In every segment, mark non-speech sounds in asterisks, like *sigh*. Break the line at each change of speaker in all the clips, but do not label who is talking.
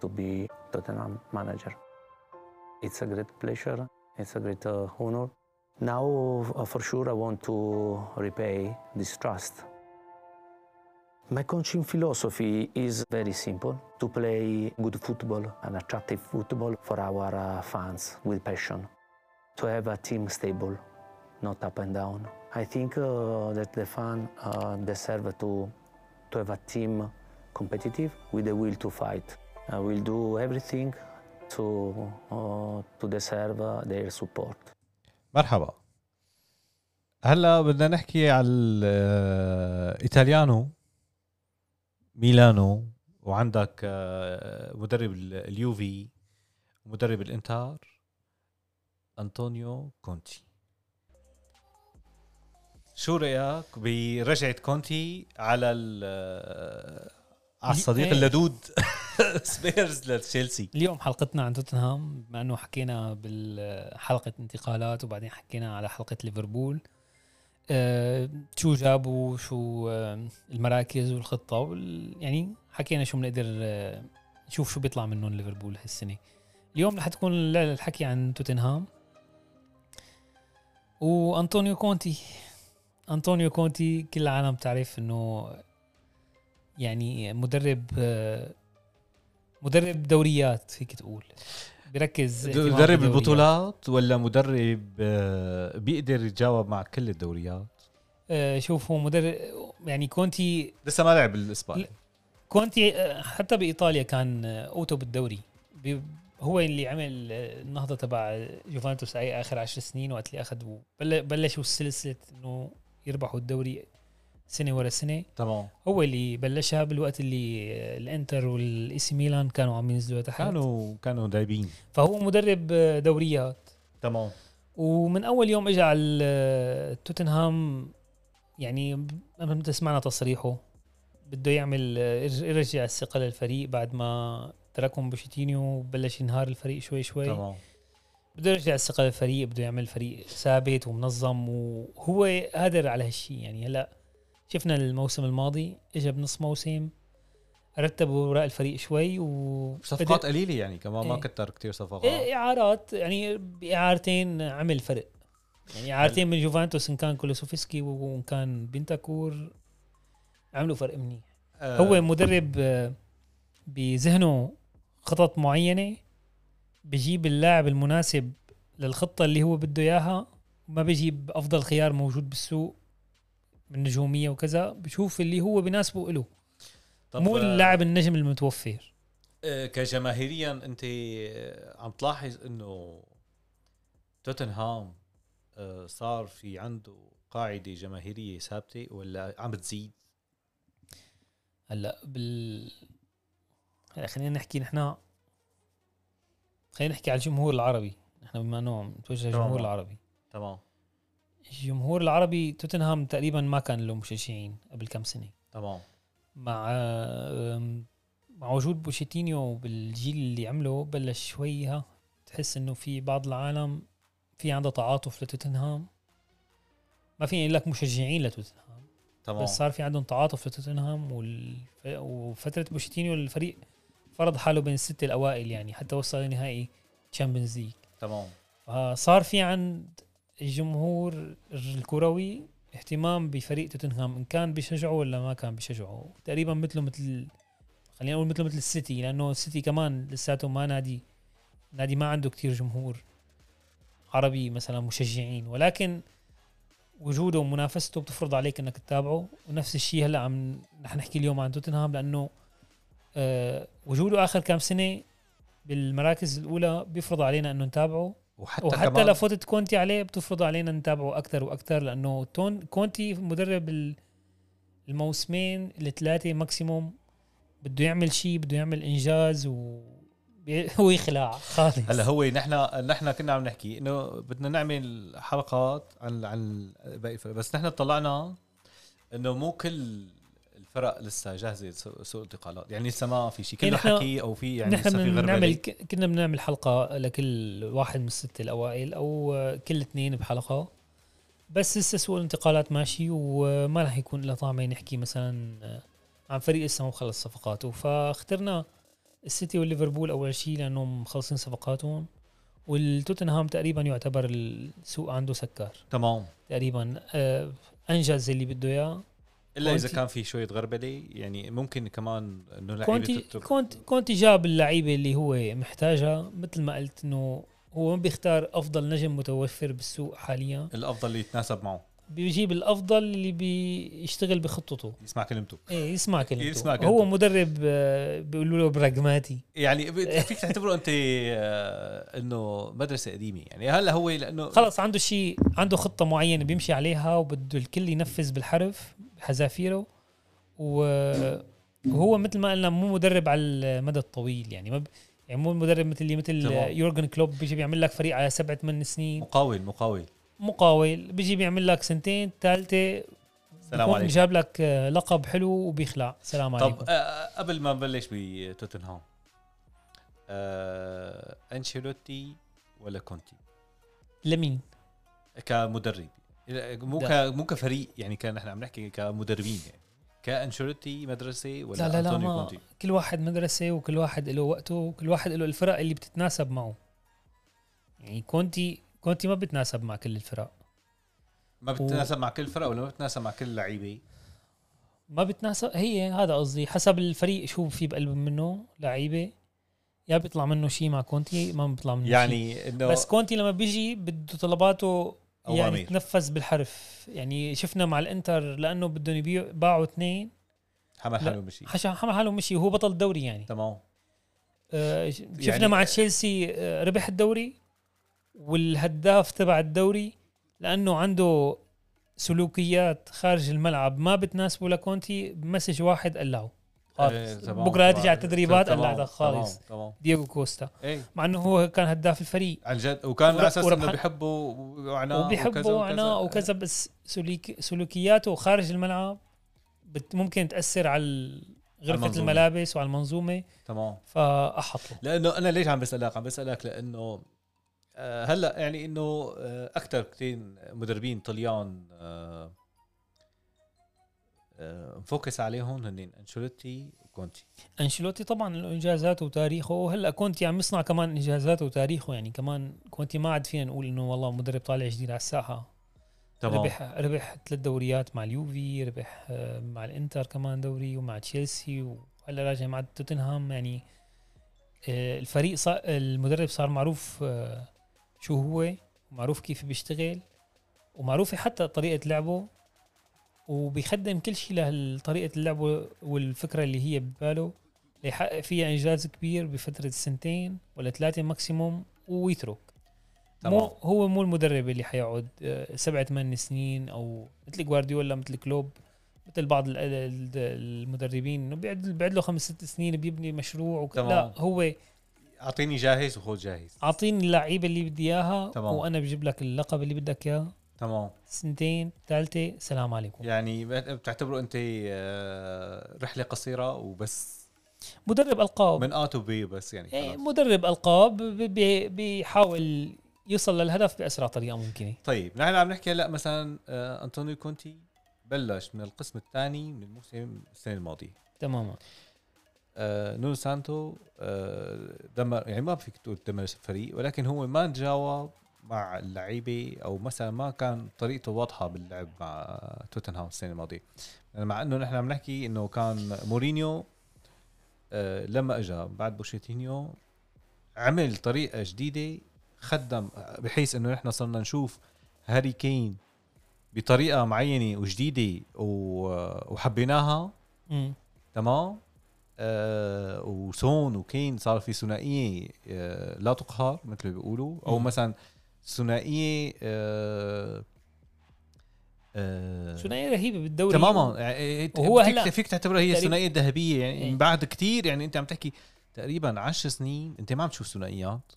to be Tottenham manager. It's a great pleasure. It's a great uh, honor. Now, uh, for sure, I want to repay this trust. My coaching philosophy is very simple to play good football, an attractive football for our uh, fans with passion, to have a team stable, not up and down. I think uh, that the fans uh, deserve to, to have a team competitive with the will to fight. I will do everything to, uh, to deserve uh, their support.
مرحبا هلا بدنا نحكي على الايطاليانو ميلانو وعندك آه، مدرب ال- اليوفي مدرب الانتار انطونيو كونتي شو رايك برجعه كونتي على ال- آه، على الصديق
إيه.
اللدود *laughs* سبيرز لتشيلسي
اليوم حلقتنا عن توتنهام بما انه حكينا بالحلقه انتقالات وبعدين حكينا على حلقه ليفربول أه شو جابوا شو آه، المراكز والخطه وال يعني حكينا شو بنقدر آه، نشوف شو بيطلع منهم ليفربول هالسنه اليوم رح تكون ال- الحكي عن توتنهام وانطونيو كونتي انطونيو كونتي كل العالم بتعرف انه يعني مدرب آه، مدرب دوريات فيك تقول بركز اهتمام
مدرب
بالدوريات.
البطولات ولا مدرب آه، بيقدر يتجاوب مع كل الدوريات
آه، شوف هو مدرب يعني كونتي
لسه ما لعب الاسباني
لا. كونتي آه، حتى بايطاليا كان آه، اوتو بالدوري بي- هو اللي عمل آه، النهضه تبع يوفنتوس اي اخر عشر سنين وقت اللي اخذوا بل- بلشوا سلسله انه يربحوا الدوري سنه ورا سنه
تمام
هو اللي بلشها بالوقت اللي آه، الانتر والايسي ميلان كانوا عم ينزلوا تحت
كانوا كانوا دايبين
فهو مدرب آه، دوريات
تمام
ومن اول يوم اجى على ال- توتنهام يعني امتى سمعنا تصريحه بده يعمل يرجع الثقه للفريق بعد ما تركهم بوشيتينيو وبلش ينهار الفريق شوي شوي
تمام
بده يرجع الثقه للفريق بده يعمل فريق ثابت ومنظم وهو قادر على هالشيء يعني هلا شفنا الموسم الماضي اجى بنص موسم رتب اوراق الفريق شوي و
صفقات قليله يعني كمان ما
إيه.
كتر كتير صفقات
ايه اعارات يعني باعارتين عمل فرق يعني اعارتين من جوفانتوس ان كان كولوسوفسكي وان كان بنتاكور عملوا فرق منيح
آه،
هو مدرب آه، بذهنه خطط معينه بجيب اللاعب المناسب للخطه اللي هو بده اياها ما بجيب افضل خيار موجود بالسوق من نجوميه وكذا بشوف اللي هو بناسبه له
طب،
مو
آه،
اللاعب النجم المتوفر
آه، كجماهيريا انت آه، عم تلاحظ انه توتنهام آه، صار في عنده قاعده جماهيريه ثابته ولا عم بتزيد
هلا بال هلا خلينا نحكي نحن خلينا نحكي على الجمهور العربي نحن بما انه عم نتوجه
تمام.
للجمهور العربي
تمام
الجمهور العربي توتنهام تقريبا ما كان له مشجعين قبل كم سنه
تمام
مع أم، مع وجود بوشيتينيو بالجيل اللي عمله بلش شوي ها تحس انه في بعض العالم في عنده تعاطف لتوتنهام ما فيني اقول لك مشجعين لتوتنهام
تمام
بس صار في عندهم تعاطف لتوتنهام والف... وفتره بوشيتينيو الفريق فرض حاله بين الست الاوائل يعني حتى وصل لنهائي تشامبيونز ليج
تمام
فصار آه، في عند الجمهور الكروي اهتمام بفريق توتنهام ان كان بيشجعه ولا ما كان بيشجعه تقريبا مثله مثل خلينا نقول مثله مثل السيتي لانه السيتي كمان لساته ما نادي نادي ما عنده كتير جمهور عربي مثلا مشجعين ولكن وجوده ومنافسته بتفرض عليك انك تتابعه ونفس الشيء هلا عم رح نحكي اليوم عن توتنهام لانه آه وجوده اخر كام سنه بالمراكز الاولى بيفرض علينا انه نتابعه
وحتى,
وحتى
كمان
لو فوتت كونتي عليه بتفرض علينا نتابعه اكثر واكثر لانه تون كونتي مدرب ال- الموسمين الثلاثه ماكسيموم بده يعمل شيء بده يعمل انجاز و *laughs* بي- هو يخلع خالص
هلا هو نحن نحن كنا عم نحكي انه بدنا نعمل حلقات عن عن باقي الفرق بس نحن طلعنا انه مو كل الفرق لسه جاهزه لسوق سوق الانتقالات يعني لسه ما في شيء كله
يعني نحن-
حكي او في يعني لسه
نحن
في
بنعمل
غربله
ك- كنا بنعمل حلقه لكل واحد من السته الاوائل او كل اثنين بحلقه بس لسه سوق الانتقالات ماشي وما راح يعني يكون له طعمه نحكي مثلا عن فريق لسه ما خلص صفقاته فاخترنا السيتي والليفربول اول شيء لانهم مخلصين صفقاتهم والتوتنهام تقريبا يعتبر السوق عنده سكر
تمام
تقريبا آه، انجز اللي بده اياه
الا اذا
كونتي-
كان في شويه غربله يعني ممكن كمان انه
كونتي
لعيبه تترك
كونتي كونتي جاب اللعيبه اللي هو محتاجها مثل ما قلت انه هو ما بيختار افضل نجم متوفر بالسوق حاليا
الافضل اللي يتناسب معه
بيجيب الافضل اللي بيشتغل بخطته
يسمع كلمته
ايه يسمع كلمته
يسمع كلمته.
هو مدرب آه، بيقولوا له براغماتي
يعني
*laughs*
ب- فيك تعتبره انت آه، انه مدرسه قديمه يعني هلا هو لانه
خلص عنده شيء عنده خطه معينه بيمشي عليها وبده الكل ينفذ بالحرف بحذافيره و- وهو مثل ما قلنا مو مدرب على المدى الطويل يعني ما ب... يعني مو مدرب مثل اللي مثل
تمام.
يورجن كلوب بيجي بيعمل لك فريق على سبع ثمان سنين
مقاول مقاول
مقاول بيجي بيعمل لك سنتين ثالثه
سلام عليكم
جاب لك آه، لقب حلو وبيخلع سلام عليكم
طب آه، قبل ما نبلش بتوتنهام آه، انشيلوتي ولا كونتي
لمين
كمدرب مو ك... مو كفريق يعني كان نحن عم نحكي كمدربين يعني كانشيلوتي مدرسه ولا
لا لا لا
انطونيو
ما
كونتي
كل واحد مدرسة وكل واحد له وقته وكل واحد له الفرق اللي بتتناسب معه يعني كونتي كونتي ما بتناسب مع كل الفرق
ما بتتناسب مع كل فرق ولا ما بتتناسب مع كل لعيبه
ما بتناسب هي هذا قصدي حسب الفريق شو في بقلب منه لعيبة يا بيطلع منه شيء مع كونتي ما بيطلع منه شيء.
يعني انه
بس كونتي لما بيجي بده طلباته يعني
أوامر.
تنفذ بالحرف يعني شفنا مع الانتر لانه بدهم يبيعوا باعوا اثنين
حمل
لا.
حاله مشي
حشا حمل حاله مشي وهو بطل الدوري يعني
تمام
آه، شفنا
يعني-
مع تشيلسي آه، ربح الدوري والهداف تبع الدوري لانه عنده سلوكيات خارج الملعب ما بتناسبه لكونتي بمسج واحد قلعه آه،
إيه،
خالص
تمام.
بكره
تمام.
ترجع التدريبات
تمام،
قلعتها خالص
تمام تمام
دييغو كوستا
ايه
مع انه هو كان هداف الفريق
عن جد وكان على اساس انه
وربحان-
بيحبوا وعناه
وبيحبه وعناه وكذا بس سلوك- سلوكياته خارج الملعب بت ممكن تاثر على غرفه
المنظومة.
الملابس وعلى المنظومه
تمام
فاحطه
لانه انا ليش عم بسالك عم بسالك لانه آه، هلا يعني انه اكثر كثير مدربين طليان آه، آه، مفوكس عليهم هن انشيلوتي وكونتي
انشيلوتي طبعا له انجازاته وتاريخه هلا كونتي عم يصنع كمان انجازاته وتاريخه يعني كمان كونتي ما عاد فينا نقول انه والله مدرب طالع جديد على الساحه
تمام
ربح ربح ثلاث دوريات مع اليوفي ربح آه، مع الانتر كمان دوري ومع تشيلسي وهلا راجع مع توتنهام يعني آه، الفريق صار المدرب صار معروف آه، شو هو معروف كيف بيشتغل ومعروفة حتى طريقة لعبه وبيخدم كل شيء لطريقة لعبه والفكرة اللي هي بباله ليحقق فيها إنجاز كبير بفترة سنتين ولا ثلاثة ماكسيموم ويترك
تمام.
مو هو مو المدرب اللي حيقعد آه، سبع ثمان سنين او مثل جوارديولا مثل كلوب مثل بعض ال- ال- المدربين انه بيقعد بيقعد له خمس ست سنين بيبني مشروع وك...
تمام.
لا هو
اعطيني جاهز وخذ جاهز
اعطيني اللعيبه اللي بدي اياها
تمام.
وانا بجيب لك اللقب اللي بدك اياه
تمام
سنتين ثالثه سلام عليكم
يعني بتعتبره انت آه، رحله قصيره وبس
مدرب القاب
من اتو بي بس
إيه،
يعني خلاص.
مدرب القاب بي- بي- بيحاول يوصل للهدف باسرع طريقه ممكنه
طيب نحن عم نحكي هلا مثلا آه، انطونيو كونتي بلش من القسم الثاني من الموسم السنه الماضيه
تماما
آه، نونو سانتو آه، دمر يعني ما فيك تقول دمر الفريق ولكن هو ما تجاوب مع اللعيبه او مثلا ما كان طريقته واضحه باللعب مع توتنهام السنه الماضيه يعني مع انه نحن عم نحكي انه كان مورينيو آه، لما اجى بعد بوشيتينيو عمل طريقه جديده خدم بحيث انه نحن صرنا نشوف هاري كين بطريقه معينه وجديده و- وحبيناها
مم.
تمام آه وسون وكين صار في ثنائيه آه لا تقهر مثل ما بيقولوا او
مم.
مثلا ثنائيه آه آه
ثنائيه رهيبه بالدوري
تماما يعني
وهو
وهو
هلا
فيك, فيك تعتبرها هي
تقريب-
الثنائيه الذهبيه يعني
إيه.
من بعد كتير يعني انت عم تحكي تقريبا عشر سنين انت ما عم تشوف ثنائيات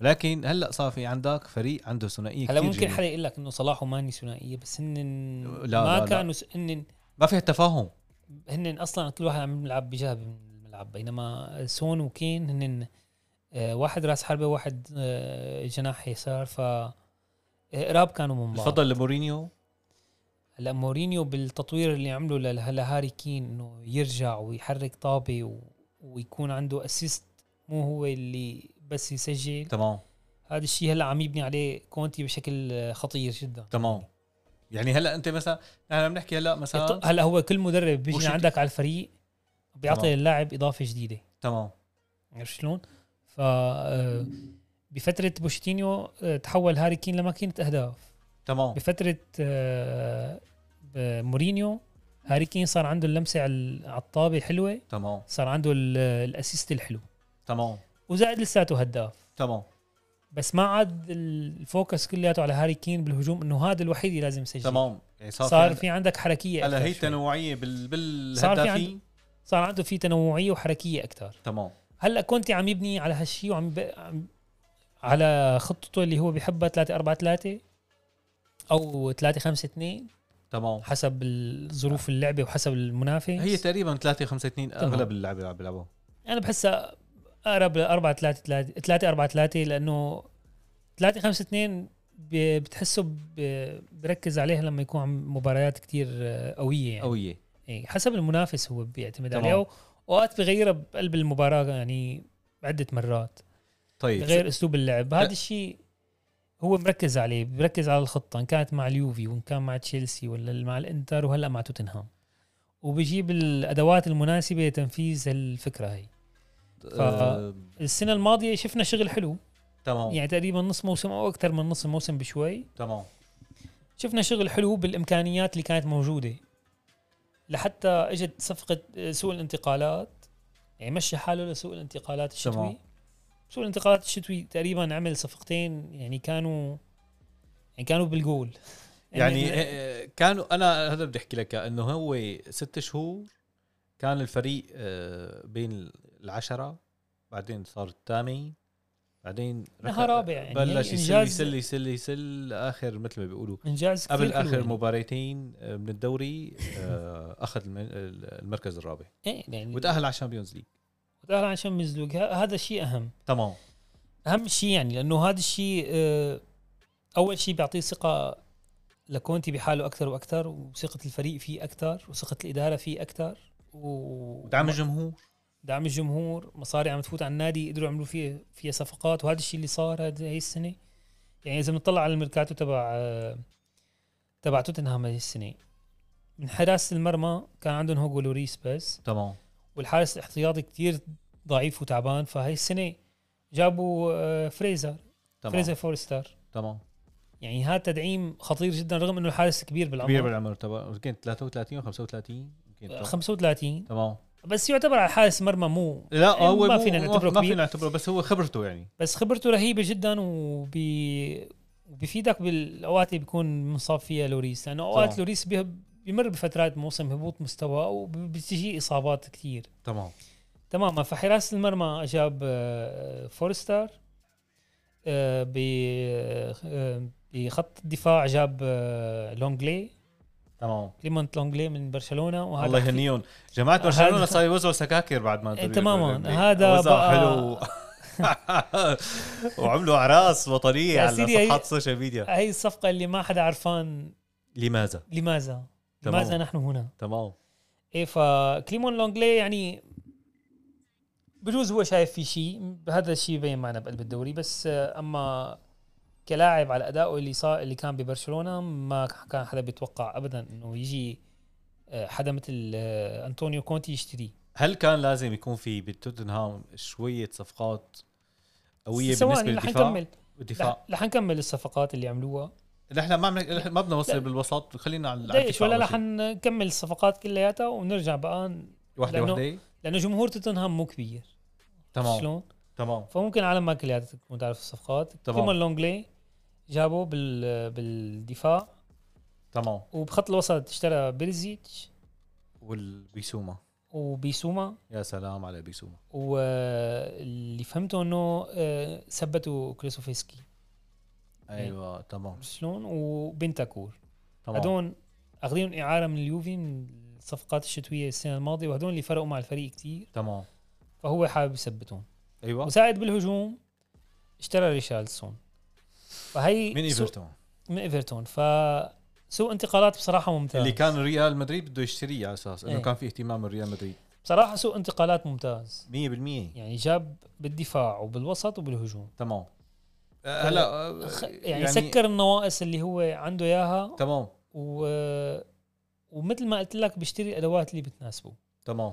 ولكن هلا صار في عندك فريق عنده ثنائيه
هلا
كتير
ممكن
جميلة.
حدا يقول لك انه صلاح وماني ثنائيه بس هن
لا،
ما
لا، لا.
كانوا س... هن
ما فيها تفاهم
هن اصلا كل واحد عم يلعب بجهه من الملعب بينما سون وكين هن آه، واحد راس حربه واحد آه، جناح يسار ف آه، قراب كانوا من بعض
الفضل لمورينيو
هلا مورينيو بالتطوير اللي عمله له- لهاري كين انه يرجع ويحرك طابه و... ويكون عنده اسيست مو هو اللي بس يسجل
تمام
هذا الشيء هلا عم يبني عليه كونتي بشكل آه، خطير جدا
تمام يعني هلا انت مثلا نحن عم نحكي هلا مثلا
يط- هلا هو كل مدرب بيجي
وشي-
عندك على الفريق بيعطي
تمام.
اللاعب اضافه جديده
تمام
عرفت شلون؟ ف آه، بفتره بوشيتينيو آه، تحول هاري كين لماكينه اهداف
تمام
بفتره آه، آه، مورينيو هاري كين صار عنده اللمسه على على الطابه حلوه
تمام
صار عنده ال- الاسيست الحلو
تمام
وزائد لساته هداف
تمام
بس ما عاد الفوكس كلياته على هاري كين بالهجوم انه هذا الوحيد اللي لازم يسجل
تمام يعني صار,
صار في عندك حركيه
هلا
أكتر
هي
شوي.
تنوعيه بال
صار في
بالهدافين
صار عنده في تنوعيه وحركيه اكثر
تمام
هلا كونتي عم يبني على هالشيء وعم يب... عم- على خطته اللي هو بيحبها 3 4 3 او 3 5 2
تمام
حسب الظروف اللعبه وحسب المنافس
هي تقريبا 3 5 2
تمام.
اغلب اللعبه اللي عم بيلعبوها
انا بحسها اقرب ل 4 3 3 3 4 3 لانه 3 5 2 بتحسه ب- بركز عليها لما يكون عم مباريات كتير آه، قويه يعني
قويه
إيه، حسب المنافس هو بيعتمد
تمام.
عليها و- واوقات بغيرها بقلب المباراه يعني عده مرات
طيب
غير اسلوب اللعب هذا الشيء هو مركز عليه بركز على الخطه ان كانت مع اليوفي وان كان مع تشيلسي ولا مع الانتر وهلا مع توتنهام وبجيب الادوات المناسبه لتنفيذ هالفكره هي ف-
آه،
السنه الماضيه شفنا شغل حلو
تمام
يعني تقريبا نص موسم او اكثر من نص موسم بشوي
تمام
شفنا شغل حلو بالامكانيات اللي كانت موجوده لحتى اجت صفقه سوق الانتقالات يعني مشى حاله لسوق الانتقالات الشتوي
تمام.
تمام. سوق الانتقالات الشتوي تقريبا عمل صفقتين يعني كانوا يعني كانوا بالجول
*laughs* يعني آه، كانوا انا هذا بدي احكي لك إياه، انه هو ست شهور كان الفريق آه، بين العشره بعدين صار الثامن بعدين
إنها
ركع-
رابع يعني
بلش يسلي
إنجاز-
يسلي يسلي يسلي اخر مثل ما بيقولوا
انجاز كتير
قبل
حلو
اخر
يعني.
مباراتين آه، من الدوري آه، اخذ الم- المركز الرابع
ايه يعني
وتاهل على الشامبيونز ليج
وتأهل عن شمس لوج هذا شيء اهم
تمام
اهم شيء يعني لانه هذا الشيء آه، اول شيء بيعطيه ثقه لكونتي بحاله اكثر واكثر وثقه الفريق فيه اكثر وثقه الاداره فيه اكثر و
ودعم الجمهور
دعم الجمهور مصاري عم تفوت على النادي قدروا يعملوا فيه فيها صفقات وهذا الشيء اللي صار هاد- هاي السنه يعني اذا بنطلع على الميركاتو تبع آه، تبع توتنهام هاي السنه من حراسه المرمى كان عندهم هوجو لوريس بس
تمام
والحارس الاحتياطي كتير ضعيف وتعبان فهي السنه جابوا آه، فريزر فريزر
تمام
فورستر
تمام
يعني هذا تدعيم خطير جدا رغم انه الحارس كبير
كبير
بالعمر
بالعمر تبع يمكن 33 و 35 يمكن
35
تمام
بس يعتبر على حارس مرمى مو
لا
يعني
هو
ما
مو-
فينا
مو- ما
نعتبره كبير.
فينا نعتبره بس هو خبرته يعني
بس خبرته رهيبه جدا وبي وبيفيدك بالاوقات اللي بيكون مصاب فيها لوريس لانه اوقات
طبعاً.
لوريس بيه- بيمر بفترات موسم هبوط مستوى وبتجي اصابات كثير
تمام
تماما فحراسه المرمى جاب آه، فورستر آه، ب آه، بخط الدفاع جاب آه، لونجلي
تمام
كليمنت لونجلي من برشلونه وهذا
الله
حكي-
يهنيهم جماعه
هذا-
برشلونه صار يوزعوا سكاكر بعد ما
إيه،
دربوا
تماماً.
الريال.
هذا
وزعوا
بقى- *laughs*
حلو *laughs* وعملوا اعراس وطنيه
يا سيدي،
على
هي-
صفحات السوشيال ميديا
هاي الصفقه اللي ما حدا عرفان
لماذا
لماذا
تماماً.
لماذا نحن هنا
تمام
ايه فكليمون لونجلي يعني بجوز هو شايف في شيء هذا الشيء بين معنا بقلب الدوري بس آه، اما كلاعب على ادائه اللي صار اللي كان ببرشلونه ما كان حدا بيتوقع ابدا انه يجي آه، حدا مثل آه، انطونيو كونتي يشتريه
هل كان لازم يكون في بتوتنهام شويه صفقات قويه
سواء
بالنسبه
رح
للدفاع
نكمل
الدفاع
رح نكمل الصفقات اللي عملوها
نحن ما بنك- نحن ما بدنا
لا.
نوصل بالوسط خلينا على على
ليش
الدفاع
ولا
أول
رح
شيء.
نكمل الصفقات كلياتها ونرجع بقى ن-
وحده
لأنه-
وحده
لانه جمهور توتنهام مو كبير
تمام
شلون؟
تمام
فممكن عالم ما كلياتها تكون تعرف الصفقات
تمام.
كيمون لونجلي جابوه بال بالدفاع
تمام
وبخط الوسط اشترى بيرزيتش
والبيسوما
وبيسوما
يا سلام على بيسوما
واللي فهمته انه آه، ثبتوا كريسوفسكي إيه.
ايوه تمام
شلون وبنتاكور
تمام
هدول اخذين اعاره من اليوفي من الصفقات الشتويه السنه الماضيه وهدول اللي فرقوا مع الفريق كثير
تمام
فهو حابب يثبتهم
ايوه
وساعد بالهجوم اشترى ريشارلسون فهي
من
سوق-
ايفرتون
من ايفرتون فسوق انتقالات بصراحه ممتاز
اللي كان ريال مدريد بده يشتريه على اساس انه
إيه.
كان في اهتمام من ريال مدريد
بصراحه سوق انتقالات ممتاز
100%
يعني جاب بالدفاع وبالوسط وبالهجوم
تمام آه، هلا آه،
خ- يعني, يعني سكر النواقص اللي هو عنده اياها
تمام
و... ومثل ما قلت لك بيشتري الادوات اللي بتناسبه
تمام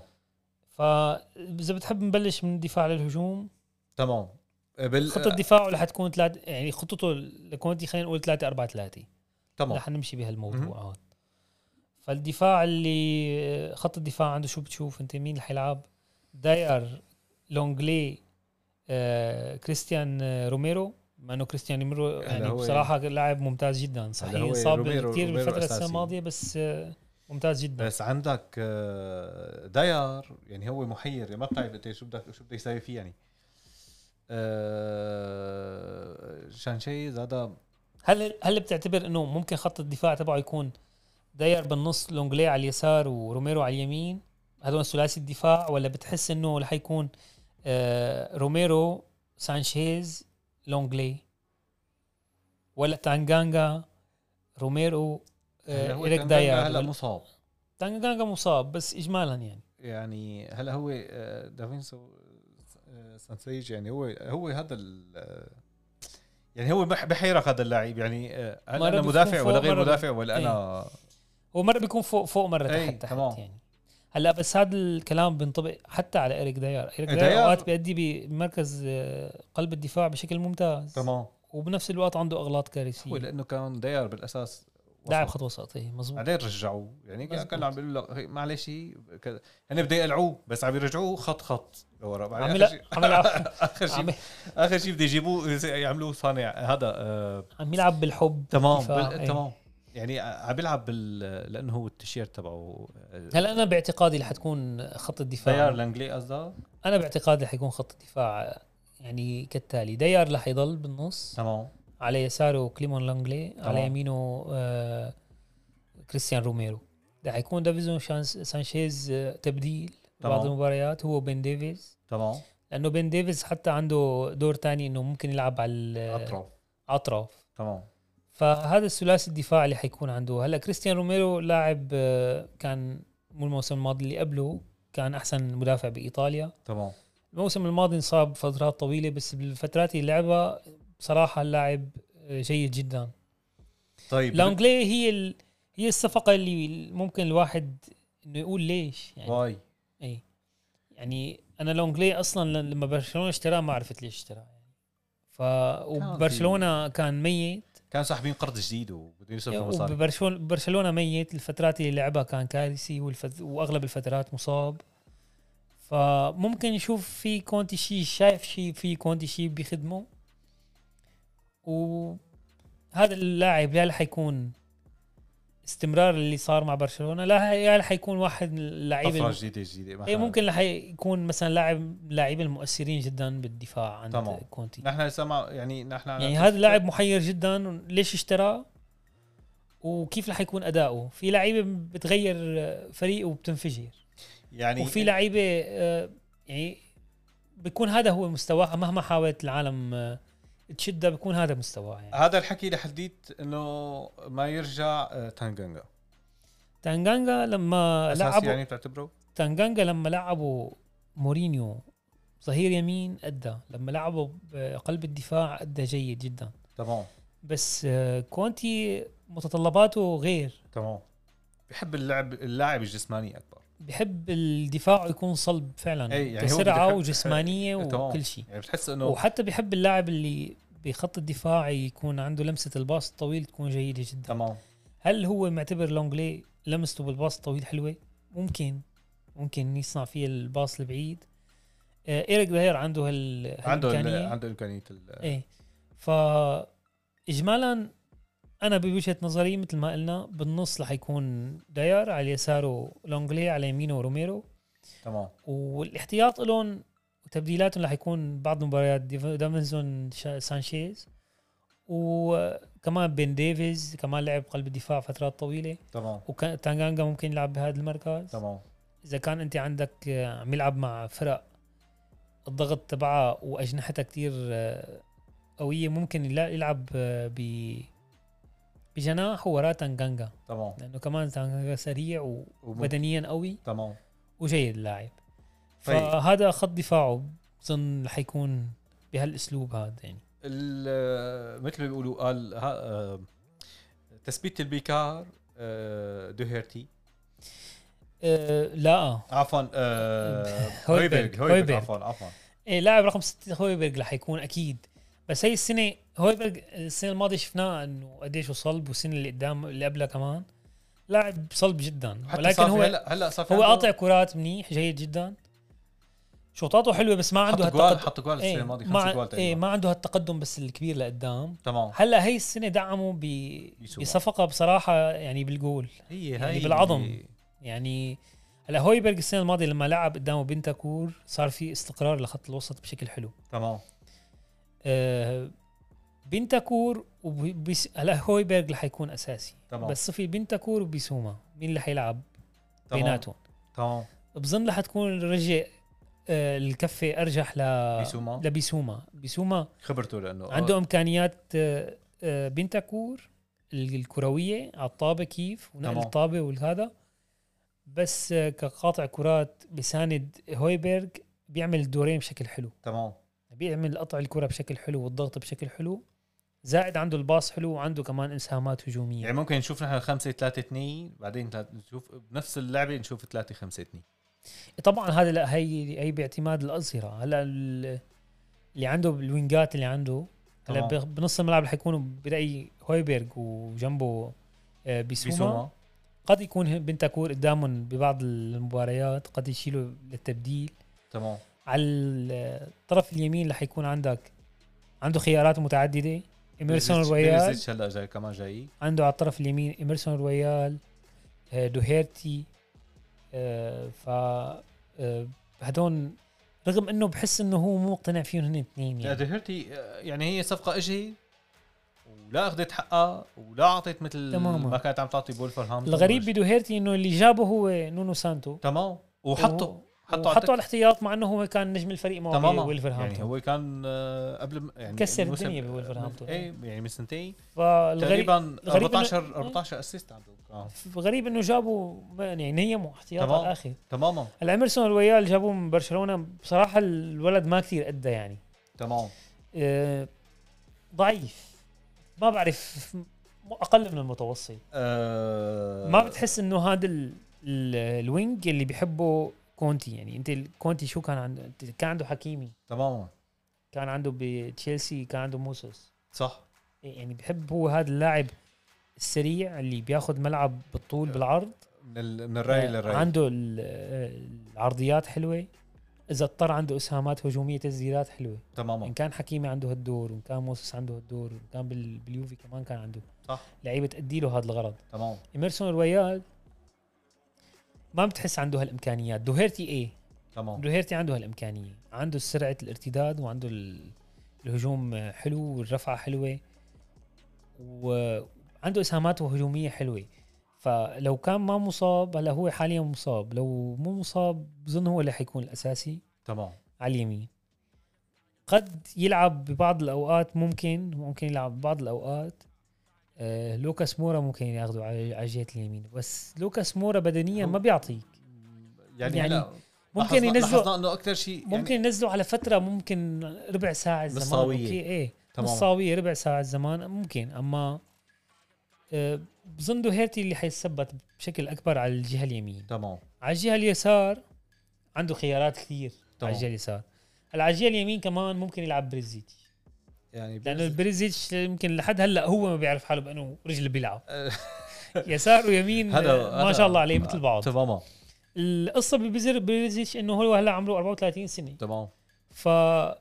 فاذا بتحب نبلش من الدفاع للهجوم
تمام آه، بال
خطه
آه،
دفاعه رح تكون ثلاث يعني خطته لكونتي خلينا نقول 3 4 3
تمام
رح نمشي
مهم.
بهالموضوع هون فالدفاع اللي خط الدفاع عنده شو بتشوف انت مين اللي حيلعب داير لونجلي آه، كريستيان آه، روميرو مع انه كريستيان روميرو
هلا
يعني
هو-
بصراحه لاعب ممتاز جدا صحيح
هو
انصاب
روميرو-
كثير
روميرو
بالفتره السنه
أساسي.
الماضيه بس آه، ممتاز جدا
بس عندك آه، داير يعني هو محير ما بتعرف انت شو بدك شو بدك يساوي فيه يعني آه، شانشي هذا
هل هل بتعتبر انه ممكن خط الدفاع تبعه يكون داير بالنص لونجلي على اليسار وروميرو على اليمين هذول ثلاثي الدفاع ولا بتحس انه رح يكون آه روميرو سانشيز لونجلي ولا تانجانجا روميرو
هلا
آه
هو
إيريك
كان
داير
هلا
ولا-
مصاب
تانجانجا مصاب بس اجمالا يعني
يعني هلا هو آه، دافينسو آه، سانسيج يعني هو هو هذا ال- آه، يعني هو بح- بحيرك هذا اللاعب يعني آه، هل
مرة
انا
بيكون
مدافع
فوق،
ولا غير
مرة إيه.
مدافع ولا انا
هو مره بيكون فوق فوق مره
إيه،
تحت تحت
تمام.
يعني هلا بس هذا الكلام بينطبق حتى على إيريك داير إيريك
داير-
داير اوقات بيأدي بمركز آه، قلب الدفاع بشكل ممتاز
تمام
وبنفس الوقت عنده اغلاط
هو
كارثيه
لانه كان داير بالاساس وسط.
لاعب خط وسط ايه مزبوط
بعدين رجعوه يعني كان-
مزبوط.
كان عم بيقول لك هي معلش هي كذا هن بده يقلعوه بس عم يرجعوه خط خط لورا
عم
بعدين
يلعب
اخر شيء *laughs*
عم يلعب
اخر
عم-
شيء اخر شيء بده يجيبوه يس- يعملوه صانع هذا آه
عم يلعب بالحب
تمام
دفاع،
بال-
إيه.
تمام يعني عم بيلعب بال لانه هو التيشيرت تبعه آه،
هلا انا باعتقادي رح تكون خط
تيار
الدفاع
لانجلي قصدك؟
انا باعتقادي رح يكون خط الدفاع يعني كالتالي ديار رح يضل بالنص
تمام
على يساره كليمون لانجلي على
تمام.
يمينه آه كريستيان روميرو رح يكون دافيزون شانس- سانشيز آه، تبديل بعض
تمام.
المباريات هو بن ديفيز
تمام
لانه بن ديفيز حتى عنده دور تاني انه ممكن يلعب على ال-
اطرف
اطراف
تمام
فهذا الثلاثي الدفاع اللي حيكون عنده هلا كريستيان روميرو لاعب آه، كان مو الموسم الماضي اللي قبله كان احسن مدافع بايطاليا
تمام
الموسم الماضي انصاب فترات طويله بس بالفترات اللي لعبها بصراحه اللاعب آه، جيد جدا
طيب
لانجلي هي ال... هي الصفقه اللي ممكن الواحد انه يقول ليش يعني
واي
اي يعني انا لونجلي اصلا لما برشلونه اشتراه ما عرفت ليش اشتراه يعني. ف وبرشلونه كان ميت
كان ساحبين قرض جديد وبده يصرفوا مصاري
وبرشلونه برشلونه يعني ميت الفترات اللي لعبها كان كارثي والفت... واغلب الفترات مصاب فممكن نشوف في كونتي شيء شايف شيء في كونتي شيء بيخدمه وهذا اللاعب يا اللي حيكون استمرار اللي صار مع برشلونه لا يا اللي حيكون واحد من اللعيبه
طفره
الم...
جديده جديده ما
اي
حدا-
ممكن رح يكون مثلا لاعب لاعبين المؤثرين جدا بالدفاع عند
تمام.
كونتي
نحن هسه مع- يعني نحن على
يعني
أساس-
هذا اللاعب محير جدا ليش اشتراه وكيف رح يكون اداؤه في لعيبه بتغير فريق وبتنفجر
يعني
وفي لعيبه آه، يعني بيكون هذا هو مستواها مهما حاولت العالم آه، تشدها بيكون هذا مستواها يعني
هذا الحكي لحديت انه ما يرجع آه، تانجانجا
تانغانغا لما
اساسي
لعبوا
يعني بتعتبره؟
تانغانغا لما لعبوا مورينيو ظهير يمين ادى لما لعبوا قلب الدفاع ادى جيد جدا
تمام
بس آه، كونتي متطلباته غير
تمام بحب اللعب اللاعب الجسماني اكبر
بحب الدفاع يكون صلب فعلا
إي، يعني هو
كسرعه
بده يحب- *laughs*
وجسمانيه
تمام.
وكل شيء
يعني بتحس انه
وحتى بحب اللاعب اللي بخط الدفاع يكون عنده لمسه الباص الطويل تكون جيده جدا
تمام
هل هو معتبر لونجلي لمسته بالباص الطويل حلوه ممكن ممكن يصنع فيه الباص البعيد آه ايريك داير عنده هال
عنده ال-
هالإمكانية.
عنده امكانيه ال-
ايه ف اجمالا انا بوجهه نظري مثل ما قلنا بالنص رح يكون داير على يساره لونجلي على يمينه روميرو
تمام
والاحتياط لهم وتبديلاتهم رح يكون بعض المباريات ديف- دافنزون شا- سانشيز وكمان بن ديفيز كمان لعب قلب الدفاع فترات طويله
تمام
وتانغانغا ممكن يلعب بهذا المركز
تمام
اذا كان انت عندك آه، عم يلعب مع فرق الضغط تبعها واجنحتها كتير آه، قويه ممكن يلا- يلعب آه، ب بجناح وراه تانغانغا
تمام
لانه كمان تانغانغا سريع
وممكن-
وبدنيا قوي
تمام
وجيد اللاعب
طيب.
فهذا خط دفاعه بظن حيكون بهالاسلوب هذا يعني
ال- مثل ما بيقولوا قال ها- آه، تثبيت البيكار آه، دوهيرتي
أه لا
عفوا آه،
*laughs* هويبرغ،
هويبرغ هويبرغ
هويبرغ.
عفوا عفوا
إيه لاعب رقم 6 هويبرغ رح يكون اكيد بس هي السنه هويبرغ السنه الماضيه شفناه انه قديش هو صلب والسنه اللي قدام اللي قبلها كمان لاعب صلب جدا
حتى
ولكن
صار
هو
هو هلا هلا صار في
هو
عنده-
قاطع كرات منيح جيد جدا شوطاته حلوه بس ما
حط
عنده
جوال
هالتقدم
حط جوال السنه
ايه
الماضيه
ما-
خمس جوال
ايه
تقريبا
ما عنده هالتقدم بس الكبير لقدام
تمام
هلا هي السنه دعموا ب...
بيسوع.
بصفقه بصراحه يعني بالجول
هي
يعني بالعظم. يعني هلا هويبرغ السنه الماضيه لما لعب قدامه بنتاكور صار في استقرار لخط الوسط بشكل حلو
تمام
آه بنتاكور وبس... هلا هويبرغ اللي حيكون اساسي
تمام.
بس في بنتاكور وبيسوما مين اللي حيلعب
تمام.
بيناتهم
تمام
بظن رح تكون رجع آه الكفه ارجح ل
بيسوما.
لبيسوما بيسوما
خبرته آه، لانه
عنده امكانيات آه، آه، بنتاكور ال- الكرويه على الطابه كيف ونقل
تمام.
الطابه والهذا بس آه، كقاطع كرات بساند هويبرغ بيعمل الدورين بشكل حلو
تمام
بيعمل قطع الكره بشكل حلو والضغط بشكل حلو زائد عنده الباص حلو وعنده كمان اسهامات هجوميه
يعني ممكن نشوف نحن 5 3 2 بعدين تلات- نشوف بنفس اللعبه نشوف 3 5 2
طبعا هذا لا هي هي باعتماد الاظهره هلا ال- اللي عنده الوينجات اللي عنده هلا
تمام.
بخ- بنص الملعب رح يكونوا برايي هويبرغ وجنبه آه، بيسوما, بيسوما
بيسوما
قد يكون بنتاكور قدامهم ببعض المباريات قد يشيلوا للتبديل
تمام
على الطرف اليمين رح يكون عندك عنده خيارات متعدده ايمرسون
بيريزيتش-
رويال
بيريزيتش هلا جاي كمان جاي
عنده على الطرف اليمين ايمرسون رويال آه، دوهيرتي آه، ف آه، هدول رغم انه بحس انه هو مو مقتنع فيهم هن اثنين
لا
يعني
دهرتي يعني هي صفقه اجهي ولا اخذت حقها ولا اعطت مثل
تماماً.
ما كانت عم تعطي بولفرهام
الغريب بدوهيرتي انه اللي جابه هو نونو سانتو
تمام وحطوا
حطوا
حطوا
على
حطوا
الاحتياط مع انه هو كان نجم الفريق معه
تماما
بولفرهامبتون
يعني هو كان آه، قبل م- يعني
كسر
الموسم-
الدنيا بولفرهامبتون.
ايه يعني من سنتين
فالغريب
تقريبا
الغريب إنه- إيه؟
14 14 اسيست عنده آه.
غريب انه جابوا يعني نيموا احتياط
تمام.
على الاخر
تماما
هلا ايمرسون رويال جابوه من برشلونه بصراحه الولد ما كثير ادى يعني
تمام
آه، ضعيف ما بعرف م- اقل من المتوسط
آه،
ما بتحس انه هذا ال- ال- الوينج اللي بيحبه كونتي يعني انت ال- كونتي شو كان عنده أنت كان عنده حكيمي
تماما
كان عنده بتشيلسي كان عنده موسوس
صح
يعني بيحب هو هذا اللاعب السريع اللي بياخذ ملعب بالطول بالعرض
من ال- من الرأي للرأي
آه، عنده ال- آه، العرضيات حلوه اذا اضطر عنده اسهامات هجوميه تسديدات حلوه ان
تماما
كان حكيمي عنده هالدور وان كان موسس عنده هالدور وان كان بال- باليوفي كمان كان عنده
صح
لعيبه تأدي له هذا الغرض
تمام
ايمرسون رويال ما بتحس عنده هالامكانيات دوهيرتي ايه
تمام
دوهيرتي عنده هالامكانيه عنده سرعه الارتداد وعنده ال- الهجوم حلو والرفعه حلوه وعنده اسهامات هجوميه حلوه فلو كان ما مصاب هلا هو حاليا مصاب لو مو مصاب بظن هو اللي حيكون الاساسي
تمام
على اليمين قد يلعب ببعض الاوقات ممكن ممكن يلعب ببعض الاوقات آه لوكاس مورا ممكن ياخذه على على الجهه اليمين بس لوكاس مورا بدنيا ما بيعطيك
يعني
يعني
هلا
ممكن
لاحظنا-
ينزله
لاحظنا انه اكثر شيء يعني
ممكن ينزله على فتره ممكن ربع ساعه زمان
بالصاوية.
اوكي ايه
تماما.
نصاوية ربع ساعه زمان ممكن اما آه، بظن دوهيرتي اللي حيتثبت بشكل اكبر على الجهه اليمين
تمام
على الجهه اليسار عنده خيارات كثير
تمام.
على الجهه اليسار هلا على الجهه اليمين كمان ممكن يلعب بريزيتش
يعني
لانه
بيرز-
البريزيتش يمكن لحد هلا هو ما بيعرف حاله بانه
*laughs*
رجل بيلعب
آه.
يسار ويمين
هذا
هذا ما شاء الله عليه مثل بعض
تماما
القصه ببزر بريزيتش انه هو هلا عمره 34 سنه
تمام
ف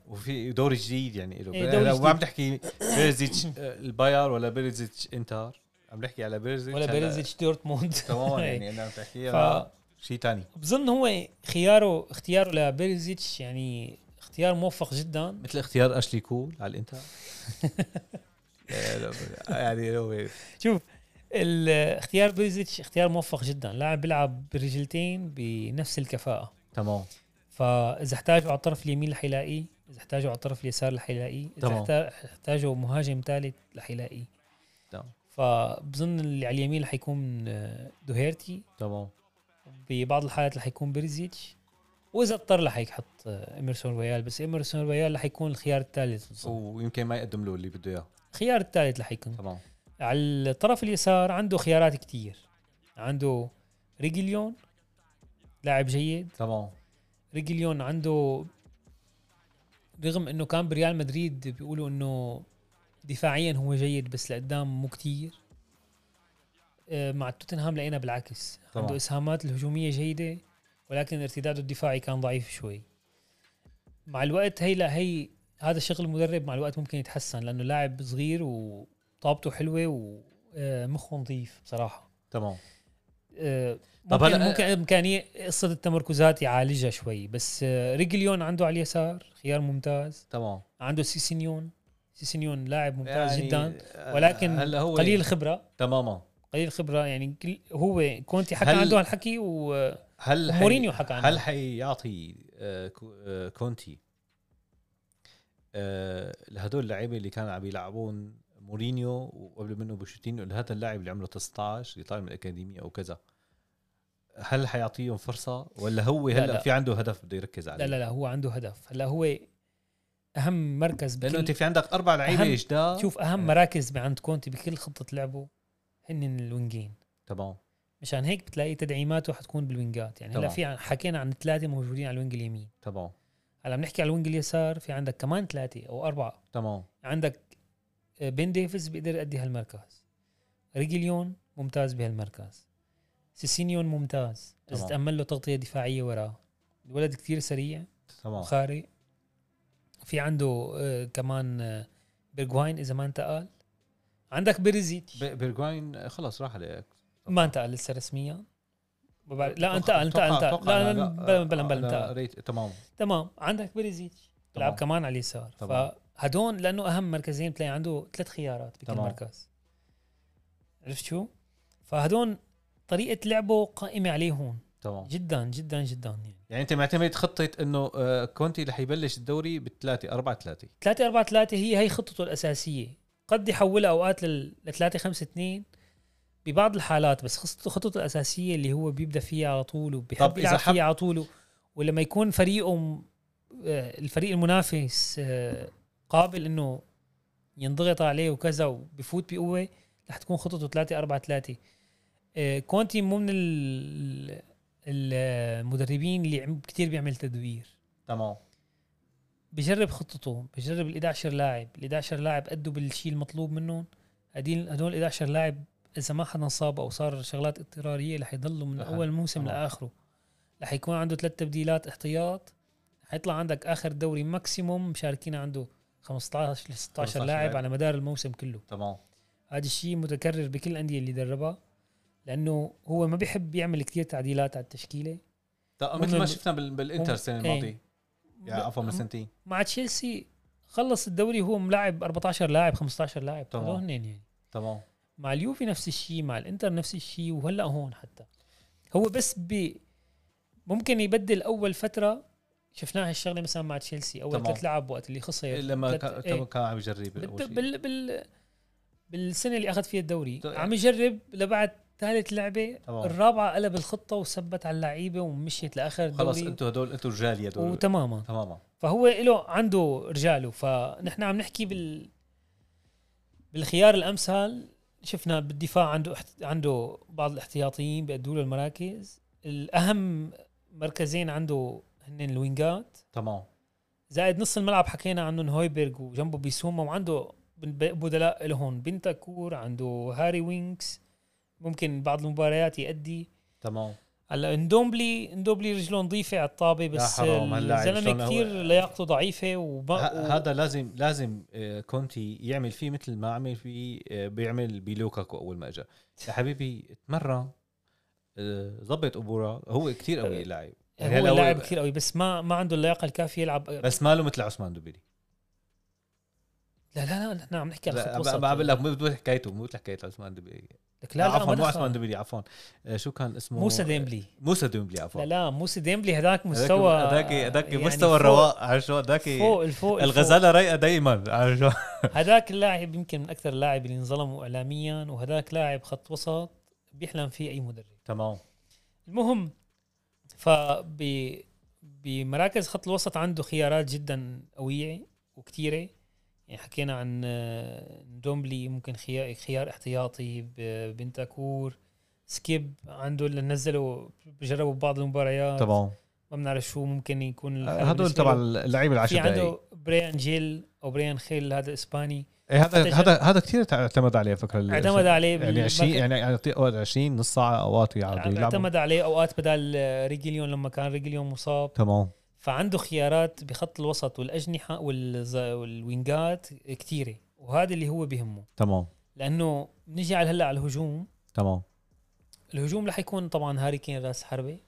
وفي دور جديد يعني له
إيه، دور
لو
جديد.
ما عم تحكي بيرزيتش آه، الباير ولا بيرزيتش انتر عم نحكي على بيرزيتش
ولا
هلا
بريزيتش دورتموند
تماما يعني انا عم تحكي
ف-
على شيء ثاني
*laughs* بظن هو خياره اختياره لبريزيتش يعني اختيار موفق جدا
مثل اختيار اشلي كول على الانتر *laughs* يعني هو
شوف ال- اختيار بريزيتش اختيار موفق جدا لاعب بيلعب برجلتين بنفس الكفاءه
تمام
فاذا احتاجوا على الطرف اليمين رح يلاقيه اذا احتاجوا على الطرف اليسار رح يلاقيه اذا
تمام.
احتا- احتاجوا مهاجم ثالث رح يلاقيه
تمام
فبظن اللي على اليمين رح يكون آه، دوهيرتي
تمام
ببعض الحالات رح يكون بريزيتش واذا اضطر رح يحط ايمرسون رويال بس ايمرسون رويال رح يكون الخيار الثالث
ويمكن ما يقدم له اللي بده اياه
الخيار الثالث رح يكون
تمام
على الطرف اليسار عنده خيارات كتير عنده ريجليون لاعب جيد
تمام
ريجليون عنده رغم انه كان بريال مدريد بيقولوا انه دفاعيا هو جيد بس لقدام مو كتير آه، مع توتنهام لقينا بالعكس
طبعاً.
عنده اسهامات الهجوميه جيده ولكن ارتداده الدفاعي كان ضعيف شوي مع الوقت هي لا هي هذا شغل المدرب مع الوقت ممكن يتحسن لانه لاعب صغير وطابته حلوه ومخه آه، نظيف بصراحه
تمام
آه،
طب
ممكن
هلا-
ممكن امكانيه قصه التمركزات يعالجها شوي بس آه، ريجليون عنده على اليسار خيار ممتاز
تمام
عنده سيسينيون سيسينيون لاعب ممتاز
يعني-
جدا ولكن
هلا هو
قليل الخبره
تماما
قليل الخبره يعني كل- هو كونتي حكى
هل-
عنده هالحكي ومورينيو
هل حي-
حكى عنه
هل حيعطي آه، كو- آه، كونتي آه، لهدول اللعيبه اللي كانوا عم يلعبون مورينيو وقبل منه بوشيتينو اللي هذا اللاعب اللي عمره 19 اللي طالع من الاكاديميه او كذا هل حيعطيهم فرصه ولا هو
لا،
هلا
لا.
في عنده هدف بده يركز عليه
لا لا لا هو عنده هدف هلا هو اهم مركز
لانه انت
بكل
في عندك اربع لعيبه
أهم-
جداد
شوف اهم مراكز عند كونتي بكل خطه لعبه هن الوينجين
تمام
مشان هيك بتلاقي تدعيماته حتكون بالوينجات يعني هلا
طبعاً.
في عن- حكينا عن ثلاثه موجودين على الوينج اليمين
تمام
هلا بنحكي على الوينج اليسار في عندك كمان ثلاثه او اربعه
تمام
عندك آه، بن ديفيز بيقدر يأدي هالمركز ريجيليون ممتاز بهالمركز سيسينيون ممتاز اذا
تمام.
تامل له تغطيه دفاعيه وراه الولد كثير سريع
تمام
خارق في عنده آه، كمان آه، بيرجواين اذا ما انتقل عندك بيريزيتش
ب- بيرجواين خلص راح عليك
ما انتقل لسه رسميا ببع- لا
أتوقع-
انتقل انتقل
أتوقع-
انتقل
أتوقع
لا
أنا
لا بلا بلا بلا
أنا
انتقل
قريت- تمام
تمام عندك بيريزيتش بيلعب
تمام.
كمان على اليسار
تمام.
فهدون لانه اهم مركزين بتلاقي عنده ثلاث خيارات بكل
تمام.
مركز عرفت شو؟ فهدون طريقه لعبه قائمه عليه هون
تمام
جدا جدا جدا يعني
يعني انت معتمد خطه انه آه، كونتي رح يبلش الدوري بالثلاثه 4 3
3 4 3 هي هي خطته الاساسيه قد يحولها اوقات لل 3 5 2 ببعض الحالات بس خطته خطته الاساسيه اللي هو بيبدا فيها على طول
طب
وبيحب
إذا
يلعب
حب-
فيها على طول ولما يكون فريقه م- آه، الفريق المنافس آه، قابل انه ينضغط عليه وكذا وبفوت بقوه رح تكون خطته 3 4 3 آه، كونتي مو من ال- المدربين اللي عم- كتير بيعمل تدوير
تمام
بجرب خطته بجرب ال 11 لاعب ال 11 لاعب أدوا بالشيء المطلوب منهم هدين هدول ال 11 لاعب اذا ما حدا انصاب او صار شغلات اضطراريه رح يضلوا من
رح-
اول موسم
تمام.
لاخره رح يكون عنده ثلاث تبديلات احتياط حيطلع عندك اخر دوري ماكسيموم مشاركين عنده 15 ل 16
15
لاعب
لاعب.
على مدار الموسم كله
تمام
هذا الشيء متكرر بكل الانديه اللي دربها لانه هو ما بيحب يعمل كتير تعديلات على التشكيله
طب
مو
مثل ما
من-
شفنا بال- بالانتر
مو-
السنه
ايه.
الماضيه يعني إيه. عفوا من سنتين
مع تشيلسي خلص الدوري هو ملاعب 14 لاعب 15 لاعب
تمام.
هدول هنين يعني
تمام
مع اليوفي نفس الشيء مع الانتر نفس الشيء وهلا هون حتى هو بس ب ممكن يبدل اول فتره شفناها هالشغله مثلا مع تشيلسي اول
تمام.
ثلاث لعب وقت اللي خسر
لما
تلات-
كان-
إيه.
كان كان عم يجرب أول
بال
شيء.
بال, بال بالسنه اللي اخذ فيها الدوري
طيب.
عم يجرب لبعد ثالث لعبه
تمام.
الرابعه قلب الخطه وثبت على اللعيبه ومشيت لاخر
خلص
الدوري
انتم هدول انتم رجال يا دول
وتماما
تماما
فهو له عنده رجاله فنحن عم نحكي بال بالخيار الامثل شفنا بالدفاع عنده احت- عنده بعض الاحتياطيين بيأدوا له المراكز الاهم مركزين عنده هن الوينجات
تمام
زائد نص الملعب حكينا عنهم هويبرغ وجنبه بيسوما وعنده بن- بدلاء لهون بنتاكور عنده هاري وينكس ممكن بعض المباريات يأدي
تمام
هلا اندومبلي اندومبلي رجله نظيفه على الطابه بس
حرام، هاللاعب شلون
الزلمه
هو-
كثير لياقته ضعيفه وب...
ه- هذا لازم لازم آه، كونتي يعمل فيه مثل ما عمل فيه آه، بيعمل بلوكاكو اول ما اجى يا حبيبي اتمرن آه، ظبط اموره هو كتير قوي اللاعب يعني
آه، هو
هلا هو-
لاعب كثير قوي بس ما ما عنده اللياقه الكافيه يلعب لا
بس ماله مثل عثمان دبيلي
لا لا نحن عم نحكي على خط
لا
وسط
ما بقول لك مو بتقول حكايته مو بتقول حكايه عثمان دبيلي
لك
لا
لا لا
عفوا
ما
مو عثمان
دخل.
دبيلي عفوا آه، شو كان اسمه
موسى ديمبلي
موسى ديمبلي عفوا
لا لا موسى ديمبلي هذاك
هداك-
مستوى
هداك هداك
يعني
مستوى
فوق-
الرواق عارف شو هداك
فوق الفوق الفوق.
الغزاله رايقه دائما عارف شو
هذاك اللاعب يمكن من اكثر اللاعب اللي انظلموا اعلاميا وهذاك لاعب خط وسط بيحلم فيه اي مدرب
تمام
المهم فب ب بمراكز خط الوسط عنده خيارات جدا قويه وكتيره يعني حكينا عن آه، دومبلي ممكن خيار, خيار احتياطي ب- بنتاكور سكيب عنده اللي نزله جربوا ببعض المباريات
تبعه
ما بنعرف شو ممكن يكون الخيار
هدول
آه، بالنسبة
آه، تبع
له.
اللعيبه
في
العشر دقائق
عنده بريان جيل او بريان خيل هذا اسباني
إيه هذا
فتجر-
هذا هذا كثير اعتمد عليه فكره ال-
اعتمد عليه
يعني 20
بالمركز-
يعني يعطيه أوقات 20 نص ساعه اوقات يعرضوا يلعبوا
اعتمد عليه اوقات بدل آه، ريجيليون لما كان ريجيليون مصاب
تمام
فعنده خيارات بخط الوسط والاجنحه والز- والوينجات كثيره وهذا اللي هو بهمه
تمام
لانه نجي على هلا على الهجوم
تمام
يعني الهجوم رح يكون طبعا هاري كين راس حربه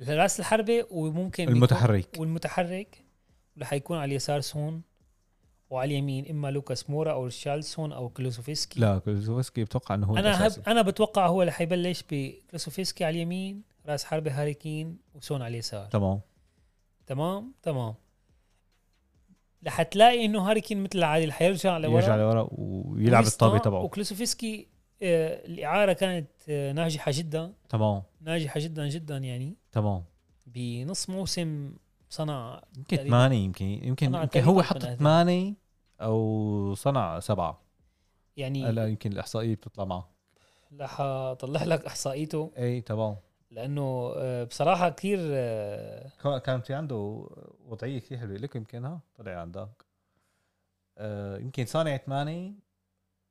راس الحربه وممكن يكون-
المتحرك
والمتحرك رح يكون على اليسار سون وعلى اليمين اما لوكاس مورا او ريتشارلسون او كلوسوفسكي
لا كلوزوفسكي بتوقع انه هو
انا
الأساسي.
هب انا بتوقع هو اللي حيبلش بكلوسوفسكي على اليمين راس حربه هاري كين وسون على اليسار
تمام
تمام تمام رح تلاقي انه هاري كين مثل العادي رح يرجع لورا
يرجع لورا ويلعب
ويصنع،
الطابه تبعه
وكلوسوفسكي آه الاعاره كانت آه ناجحه جدا
تمام
ناجحه جدا جدا يعني
تمام
بنص موسم صنع
يمكن
تقريباً.
ثمانية يمكن يمكن
صنع
يمكن هو
تقريباً
حط
ثلاثة.
ثمانية او صنع سبعة
يعني
هلا يمكن الاحصائية بتطلع معه
رح اطلع لك احصائيته
اي إيه، تمام
لانه آه بصراحه كثير آه
كا- كان في عنده وضعية كثير حلوة لك يمكن ها طلع عندك آه يمكن صانع ثمانية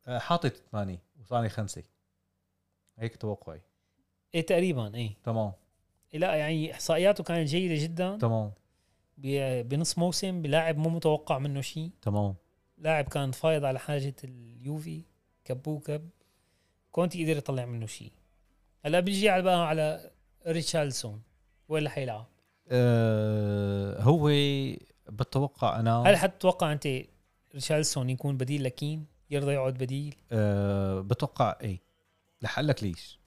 آه حاطط ثمانية وصانع خمسة هيك توقعي
ايه تقريبا ايه
تمام
لا يعني احصائياته كانت جيده جدا
تمام
ب- بنص موسم بلاعب مو متوقع منه شيء
تمام
لاعب كان فايض على حاجة اليوفي كبوه كب كونتي قدر يطلع منه شيء هلا بنجي على بقى على ريتشارلسون وين اللي حيلعب؟
آه هو بتوقع
هل
انا
حتتوقع انت ريتشارلسون يكون بديل لكين؟ يرضى يقعد بديل؟
آه بتوقع اي رح اقول لك ليش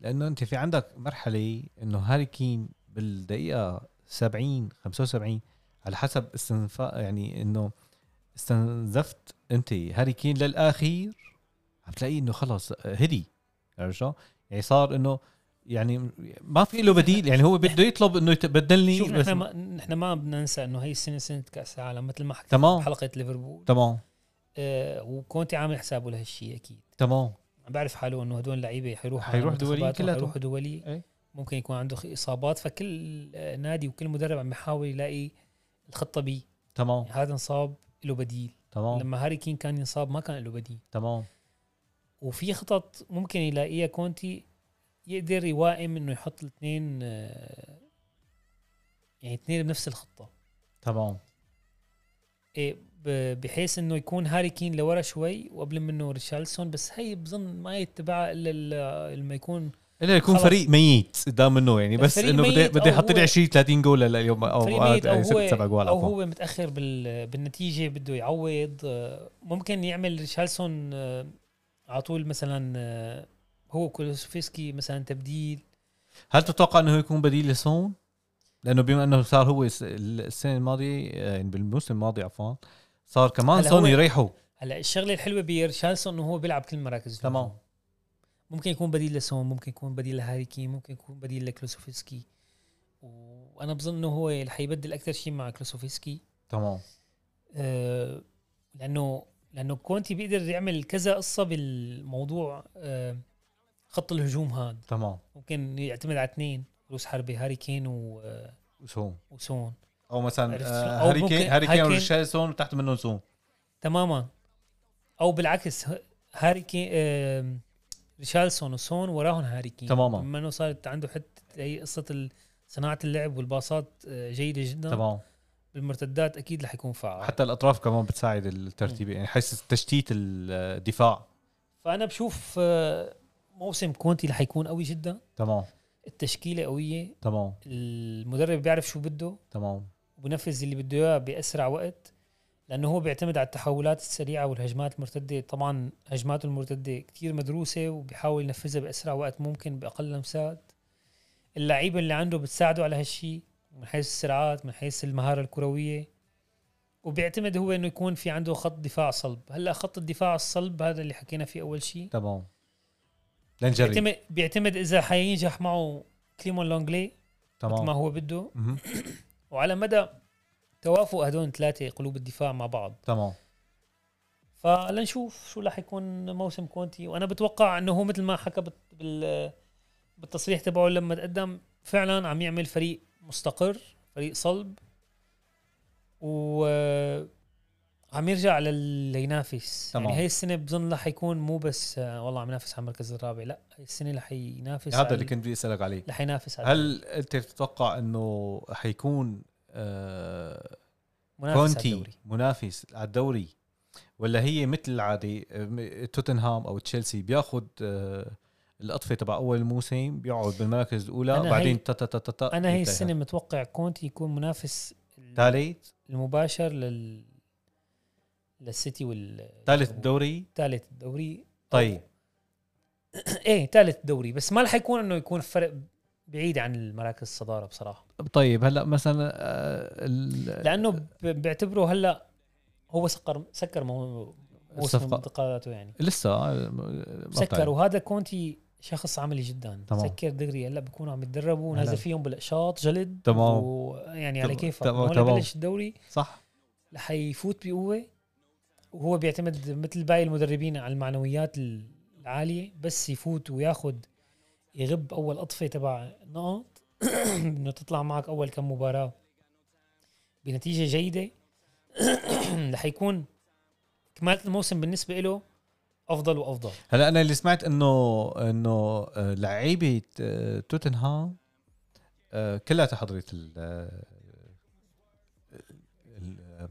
لانه انت في عندك مرحله انه هاري كين بالدقيقه 70 75 على حسب استنفاء يعني انه استنزفت انت هاري كين للاخير عم تلاقيه انه خلص آه، هدي عرفت شلون؟ يعني صار انه يعني ما في له بديل يعني هو بده يطلب انه يت- بدلني
شوف
بس-
نحن ما نحن ما بدنا ننسى انه هي السنه سنه كاس العالم مثل ما حكينا
تمام.
بحلقه ليفربول
تمام
آه وكونتي عامل حسابه لهالشيء اكيد
تمام
بعرف حاله انه هدول اللعيبه حيروحوا
حيروح
على
دولي
منتخبات
كلياتهم.
وحيروحوا دولي
إيه.
ممكن يكون عنده خ- اصابات فكل آه، نادي وكل مدرب عم يحاول يلاقي الخطه بيه
تمام
هذا انصاب له بديل
تمام
لما هاري كين كان ينصاب ما كان له بديل
تمام
وفي خطط ممكن يلاقيها كونتي يقدر يوائم انه يحط الاثنين آه، يعني اثنين بنفس الخطه
تمام
إيه، ب- بحيث انه يكون هاري كين لورا شوي وقبل منه ريتشارلسون بس هي بظن ما يتبعها الا ال- لما يكون
الا يكون
خلص.
فريق ميت قدام منه يعني بس
فريق
انه بدي
ميت
بدي
أو
يحط لي
هو-
20 30 جول هلا اليوم او
فريق ميت او هو
سبع جوال
او
عفوا
هو متاخر بال بالنتيجه بده يعوض آه، ممكن يعمل ريتشارلسون آه، على طول مثلا آه، هو كولوسوفسكي مثلا تبديل
هل تتوقع انه هو يكون بديل لسون؟ لانه بما انه صار هو الس- السنه الماضيه يعني بالموسم الماضي عفوا صار كمان
هلا
سون
هو-
يريحه
هلا الشغله الحلوه بريتشارلسون انه هو بيلعب كل مراكز الهجوم.
تمام.
ممكن يكون بديل لسون ممكن يكون بديل لهاري كين ممكن يكون بديل لكلوسوفسكي وانا بظن انه هو اللي حيبدل اكثر شيء مع كلوسوفسكي
تمام
آه، لانه لانه كونتي بيقدر يعمل كذا قصه بالموضوع آه، خط الهجوم هذا
تمام
ممكن يعتمد على اثنين روس حربي هاري كين و- آه،
سون
وسون
او مثلا
عرفت
آه،
شلون؟ أو
هاري كين
ممكن-
هاري كين
هاري
وريتشاردسون وتحت منه سون
تماما او بالعكس ه- هاري كين آه، ريشارلسون وسون وراهم هاري كين
تماما.
لما انه صارت عنده حتى هي قصه ال- صناعه اللعب والباصات آه، جيده جدا
تمام
بالمرتدات اكيد رح يكون فعال
حتى الاطراف كمان بتساعد الترتيب يعني حيث تشتيت الدفاع
فانا بشوف آه، موسم كونتي رح يكون قوي جدا
تمام
التشكيله قويه
تمام
المدرب بيعرف شو بده
تمام
وبنفذ اللي بده اياه باسرع وقت لانه هو بيعتمد على التحولات السريعه والهجمات المرتده طبعا هجماته المرتده كتير مدروسه وبيحاول ينفذها باسرع وقت ممكن باقل لمسات اللعيبه اللي عنده بتساعده على هالشي من حيث السرعات من حيث المهاره الكرويه وبيعتمد هو انه يكون في عنده خط دفاع صلب هلا خط الدفاع الصلب هذا اللي حكينا فيه اول شيء
تمام لنجرب
بيعتمد
آه.
بيعتمد اذا حينجح معه كليمون لونجلي مثل ما
تمام
هو بده
مهم.
وعلى مدى توافق هدول ثلاثه قلوب الدفاع مع بعض
تمام
فلنشوف شو راح يكون موسم كونتي وانا بتوقع انه هو مثل ما حكى بت- بال بالتصريح تبعه لما تقدم فعلا عم يعمل فريق مستقر فريق صلب و عم يرجع لل- لينافس
تمام.
يعني هي السنه بظن رح يكون مو بس آه، والله عم ينافس على المركز الرابع لا هي السنه رح ينافس
هذا
على-
اللي كنت بدي اسالك عليه
رح ينافس على
هل انت بتتوقع انه حيكون آه
منافس على
كونتي
الدوري.
منافس على الدوري ولا هي مثل العادي آه، م- توتنهام او تشيلسي بياخذ آه القطفه تبع اول موسم بيقعد بالمراكز
أنا
الاولى
هي-
بعدين تا تا تا تا تا
انا هي السنه متوقع كونتي يكون منافس
ثالث
المباشر لل للسيتي وال
ثالث الدوري
ثالث الدوري
طيب
ايه ثالث الدوري بس ما رح يكون انه يكون فرق بعيد عن المراكز الصداره بصراحه
طيب هلا مثلا آه، ال-
لانه ب- بيعتبره هلا هو سكر سكر مو- موسم
الصفقة.
انتقالاته يعني
لسه آه، ما
سكر
بتعرف.
وهذا كونتي شخص عملي جدا
تمام.
سكر دغري هلا بكونوا عم يتدربوا
هلا.
نازل فيهم بالقشاط جلد
تمام.
ويعني على
تمام،
كيفك
تمام،
هون
تمام.
بلش الدوري
صح
رح يفوت بقوه وهو بيعتمد مثل باقي المدربين على المعنويات العاليه بس يفوت وياخذ يغب اول قطفه تبع نقط *clears throat* انه تطلع معك اول كم مباراه بنتيجه جيده *clears throat* رح يكون كمالة الموسم بالنسبه له افضل وافضل
هلا انا اللي سمعت انه انه آه، لعيبه آه، توتنهام آه، كلها حضرت ال آه، ال- آه،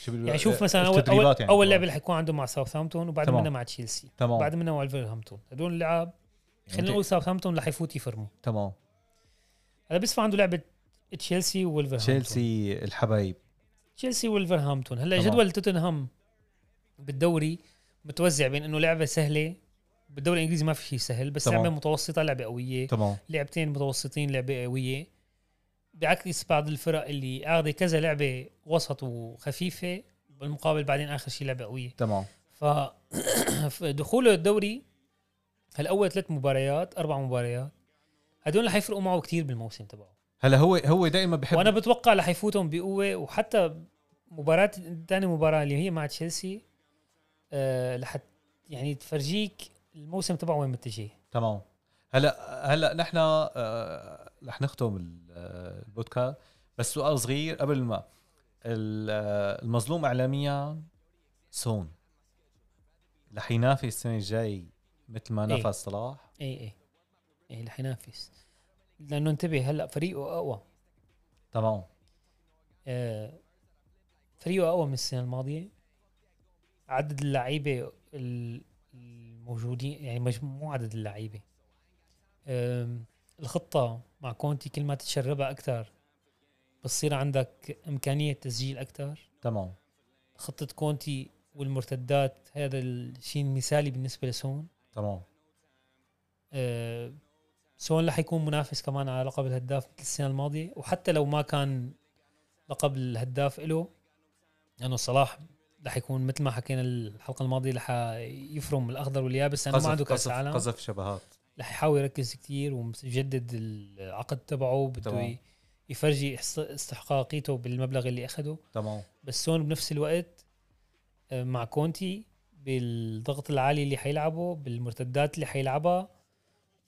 شو بيقولوا؟
يعني شوف
آه،
مثلا اول اول,
التدريبات
يعني أول
تبعهم.
لعبه رح يكون عنده مع ساوثهامبتون وبعد
تمام.
منها مع تشيلسي
تمام
بعد منها مع ولفرهامبتون هدول اللعاب خلينا
يعني
نقول ساوثهامبتون رح يفوت يفرموا
تمام
هلا بيصفى عنده لعبه تشيلسي وولفرهامبتون
تشيلسي الحبايب
تشيلسي وولفرهامبتون هلا
تمام.
جدول توتنهام بالدوري متوزع بين انه لعبه سهله بالدوري الانجليزي ما في شيء سهل بس
تمام.
لعبه متوسطه لعبه قويه
تمام
لعبتين متوسطين لعبه قويه بعكس بعض الفرق اللي قاعده كذا لعبه وسط وخفيفه بالمقابل بعدين اخر شيء لعبه قويه
تمام
ف *coughs* فدخوله الدوري هالاول ثلاث مباريات اربع مباريات هدول رح يفرقوا معه كثير بالموسم تبعه
هلا هو هو دائما بحب
وانا بتوقع رح يفوتهم بقوه وحتى مباراه ثاني مباراه اللي هي مع تشيلسي آه لحت يعني تفرجيك الموسم تبعه وين متجه
تمام هلا هلا نحن آه، رح نختم ال- آه، البودكاست بس سؤال صغير قبل ما ال- آه، المظلوم اعلاميا سون رح ينافس السنه الجاي مثل ما
إيه.
نفس صلاح
اي اي اي رح ينافس لانه انتبه هلا فريقه اقوى
تمام
آه فريقه اقوى من السنه الماضيه عدد اللعيبه ال- الموجودين يعني مش مو عدد اللعيبه آم، الخطه مع كونتي كل ما تتشربها اكثر بتصير عندك امكانيه تسجيل اكثر
تمام
خطه كونتي والمرتدات هذا الشيء المثالي بالنسبه لسون
تمام
آه، سون رح يكون منافس كمان على لقب الهداف مثل السنه الماضيه وحتى لو ما كان لقب الهداف له لانه صلاح رح يكون مثل ما حكينا الحلقه الماضيه رح يفرم الاخضر واليابس لانه ما عنده كاس
قذف-
عالم
قذف شبهات
رح يحاول يركز كتير ومجدد العقد تبعه بده
تمام.
ي- يفرجي إحص- استحقاقيته بالمبلغ اللي اخده
تمام
بس سون بنفس الوقت آه، مع كونتي بالضغط العالي اللي حيلعبه بالمرتدات اللي حيلعبها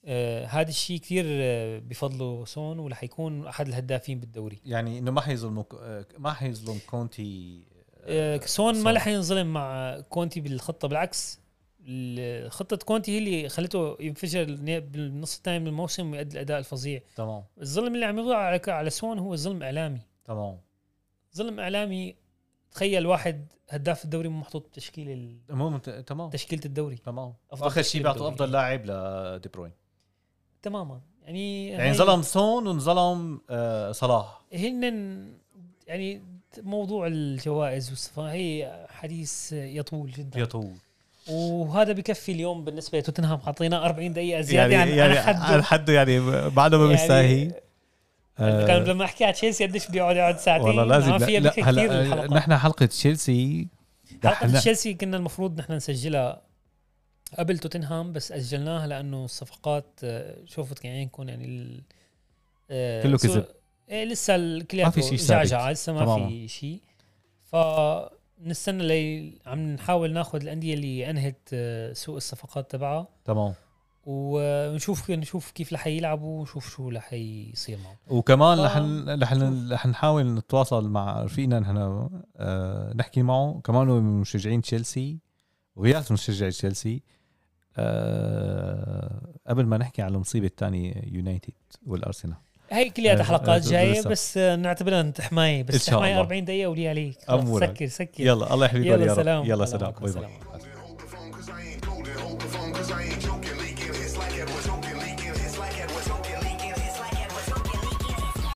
آه، هذا الشيء كثير آه، بفضله سون ورح يكون احد الهدافين بالدوري
يعني انه ما حيظلموا ك- آه، ما حيظلم كونتي
آه، سون ما
سون.
رح ينظلم مع كونتي بالخطه بالعكس ال- خطه كونتي هي اللي خلته ينفجر ن- بالنص الثاني من الموسم ويؤدي الاداء الفظيع
تمام
الظلم اللي عم يوضع على- على سون هو ظلم اعلامي
تمام
ظلم اعلامي تخيل واحد هداف الدوري مو محطوط بتشكيل ال-
المهم ت- تمام
تشكيله الدوري
تمام
أفضل
اخر
تشكيل
شيء بيعطوا
بالدوري.
افضل لاعب لدي بروين
تماما يعني
يعني
هاي-
انظلم سون وانظلم آه، صلاح
هن يعني موضوع الجوائز والصفا هي حديث يطول جدا
يطول
وهذا بكفي اليوم بالنسبه لتوتنهام حطينا 40 دقيقه زياده يعني, يعني, عن
عن
حد
حده يعني بعده ما مستاهي آه،
كان لما احكي على تشيلسي قديش بده يقعد يقعد ساعتين
والله لازم
ما فيها
لا,
بكفي
لا
كثير
هلا آه،
الحلقه
نحن حلقه تشيلسي
حلقه
نحن-
تشيلسي كنا المفروض نحن نسجلها قبل توتنهام بس اجلناها لانه الصفقات آه، شوفت عينكم يعني ال- آه،
كله
سوق-
كذب.
إيه لسه الكليات
ما في شي
جعجعه
ثابت
لسه ما
تماماً.
في شيء فنستنى لي عم نحاول ناخذ الانديه اللي انهت آه، سوق الصفقات تبعها
تمام
ونشوف نشوف كيف رح يلعبوا ونشوف شو رح يصير معهم
وكمان
آه.
رح رح رح نحاول نتواصل مع رفيقنا نحن آه نحكي معه كمان هو من مشجعين تشيلسي وياس مشجع تشيلسي آه قبل ما نحكي على المصيبه الثانيه يونايتد والارسنال
هي كلياتها
آه،
حلقات
آه،
جايه
لسه.
بس آه، نعتبرها انت حمايه
إن
بس
شاء
حمايه
الله.
40 دقيقه ولي عليك
أمورك.
سكر سكر
يلا الله يحفظك يا
يلا
رب
سلام
يلا
الله
سلام
معكم.
باي
سلام
باي
عليكم.